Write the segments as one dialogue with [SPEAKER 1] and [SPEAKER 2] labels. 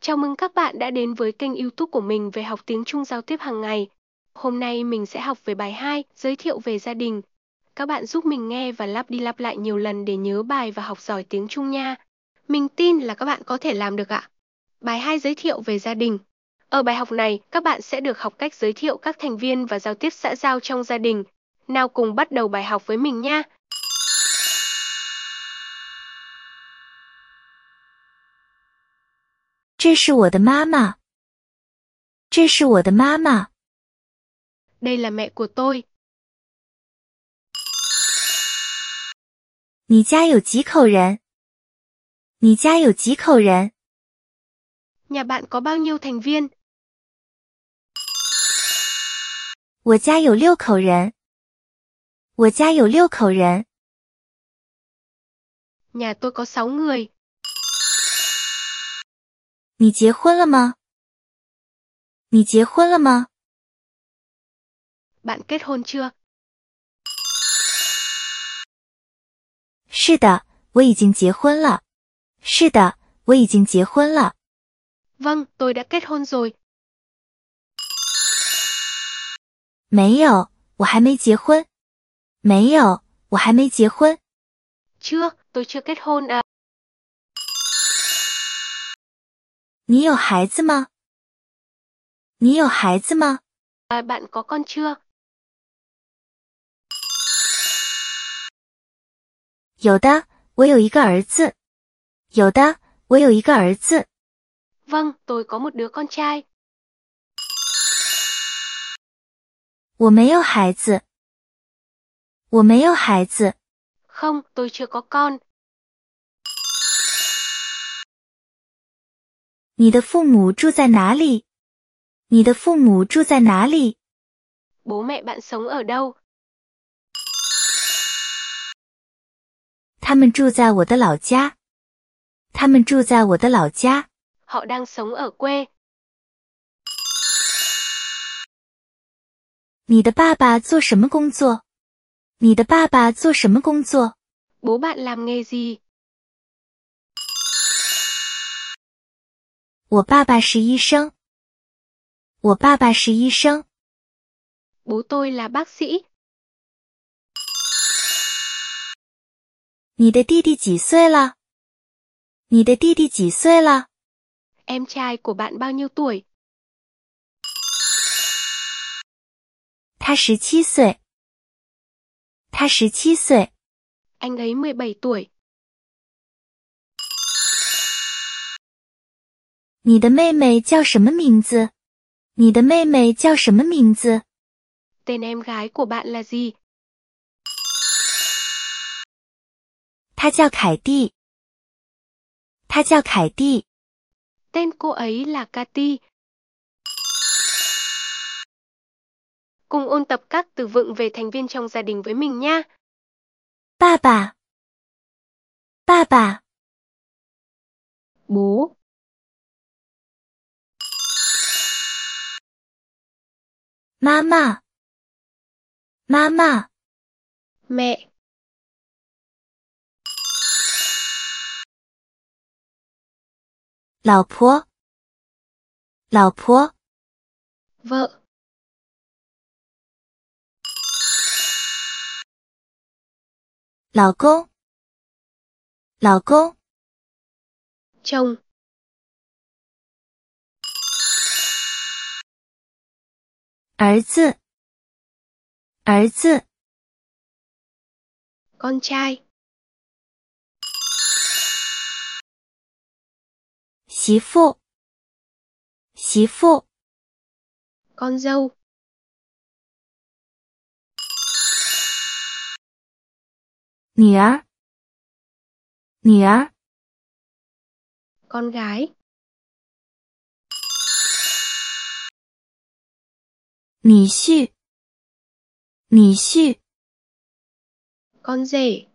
[SPEAKER 1] Chào mừng các bạn đã đến với kênh YouTube của mình về học tiếng Trung giao tiếp hàng ngày. Hôm nay mình sẽ học về bài 2, giới thiệu về gia đình. Các bạn giúp mình nghe và lặp đi lặp lại nhiều lần để nhớ bài và học giỏi tiếng Trung nha. Mình tin là các bạn có thể làm được ạ. Bài 2 giới thiệu về gia đình. Ở bài học này, các bạn sẽ được học cách giới thiệu các thành viên và giao tiếp xã giao trong gia đình. Nào cùng bắt đầu bài học với mình nha.
[SPEAKER 2] 这是我的妈妈。这是我的妈妈，
[SPEAKER 1] Đây là mẹ của tôi.
[SPEAKER 2] 你家有几口人？你家有几口人？
[SPEAKER 1] Nhà bạn có bao nhiêu thành viên?
[SPEAKER 2] 我家有六口人。我家有六口人，
[SPEAKER 1] Nhà tôi có 6 người.
[SPEAKER 2] 你结婚了吗？你结婚了吗？
[SPEAKER 1] Bạn kết hôn chưa?
[SPEAKER 2] 是的，我已经结婚了。是的，我已经结婚了。
[SPEAKER 1] Vâng, tôi đã kết hôn rồi.
[SPEAKER 2] 没有，我还没结婚。没有，我还没结婚。
[SPEAKER 1] Chưa, tôi chưa kết hôn à.
[SPEAKER 2] 你有孩子吗？你有孩子吗？
[SPEAKER 1] à bạn có con chưa?
[SPEAKER 2] 有的，我有一个儿子。有的，我有一个儿子。
[SPEAKER 1] Vâng, tôi có một đứa con trai.
[SPEAKER 2] 我没有孩子，我没有孩子，
[SPEAKER 1] Không, tôi chưa có con.
[SPEAKER 2] 你的父母住在哪里？你的父母住在哪里？
[SPEAKER 1] Bố mẹ bạn sống ở đâu?
[SPEAKER 2] 他们住在我的老家，他们住在我的老家。
[SPEAKER 1] Họ đang sống ở quê.
[SPEAKER 2] 你的爸爸做什么工作？你的爸爸做什么工作？
[SPEAKER 1] Bố bạn làm nghề gì?
[SPEAKER 2] 我爸爸是医生，我爸爸是医生。
[SPEAKER 1] Bố tôi là bác sĩ.
[SPEAKER 2] 你的弟弟几岁了？你的弟弟几岁了？
[SPEAKER 1] Em trai của bạn bao nhiêu tuổi?
[SPEAKER 2] 他十七岁，他十七岁。
[SPEAKER 1] Anh ấy 17 tuổi.
[SPEAKER 2] 你的妹妹叫什么名字？你的妹妹叫什么名字？
[SPEAKER 1] Tên em gái của bạn là gì?
[SPEAKER 2] 她叫凯蒂。她叫凯蒂。
[SPEAKER 1] Tên cô ấy là Cathy. Cùng ôn tập các từ vựng về thành viên trong gia đình với mình nha.
[SPEAKER 2] 爸爸，爸爸，
[SPEAKER 1] Bố,
[SPEAKER 2] 妈妈，妈妈，
[SPEAKER 1] mẹ,
[SPEAKER 2] 老婆，老婆，
[SPEAKER 1] vợ,
[SPEAKER 2] 老公，老公，
[SPEAKER 1] chồng,
[SPEAKER 2] 儿子，儿子，
[SPEAKER 1] con trai,
[SPEAKER 2] 媳妇，媳妇，
[SPEAKER 1] con dâu,
[SPEAKER 2] 女儿，女儿，
[SPEAKER 1] con gái,
[SPEAKER 2] 女婿，女婿。
[SPEAKER 1] con rể,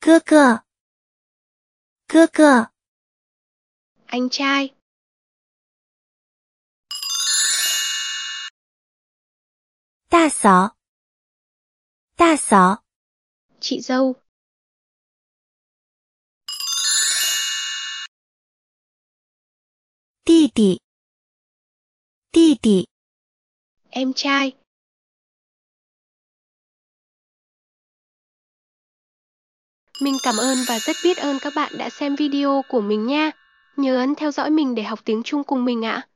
[SPEAKER 2] 哥哥，哥哥，
[SPEAKER 1] anh trai,
[SPEAKER 2] 大嫂，大嫂，
[SPEAKER 1] chị dâu,
[SPEAKER 2] 弟弟，弟弟，
[SPEAKER 1] em trai, mình cảm ơn và rất biết ơn các bạn đã xem video của mình nha. Nhớ ấn theo dõi mình để học tiếng Trung cùng mình ạ.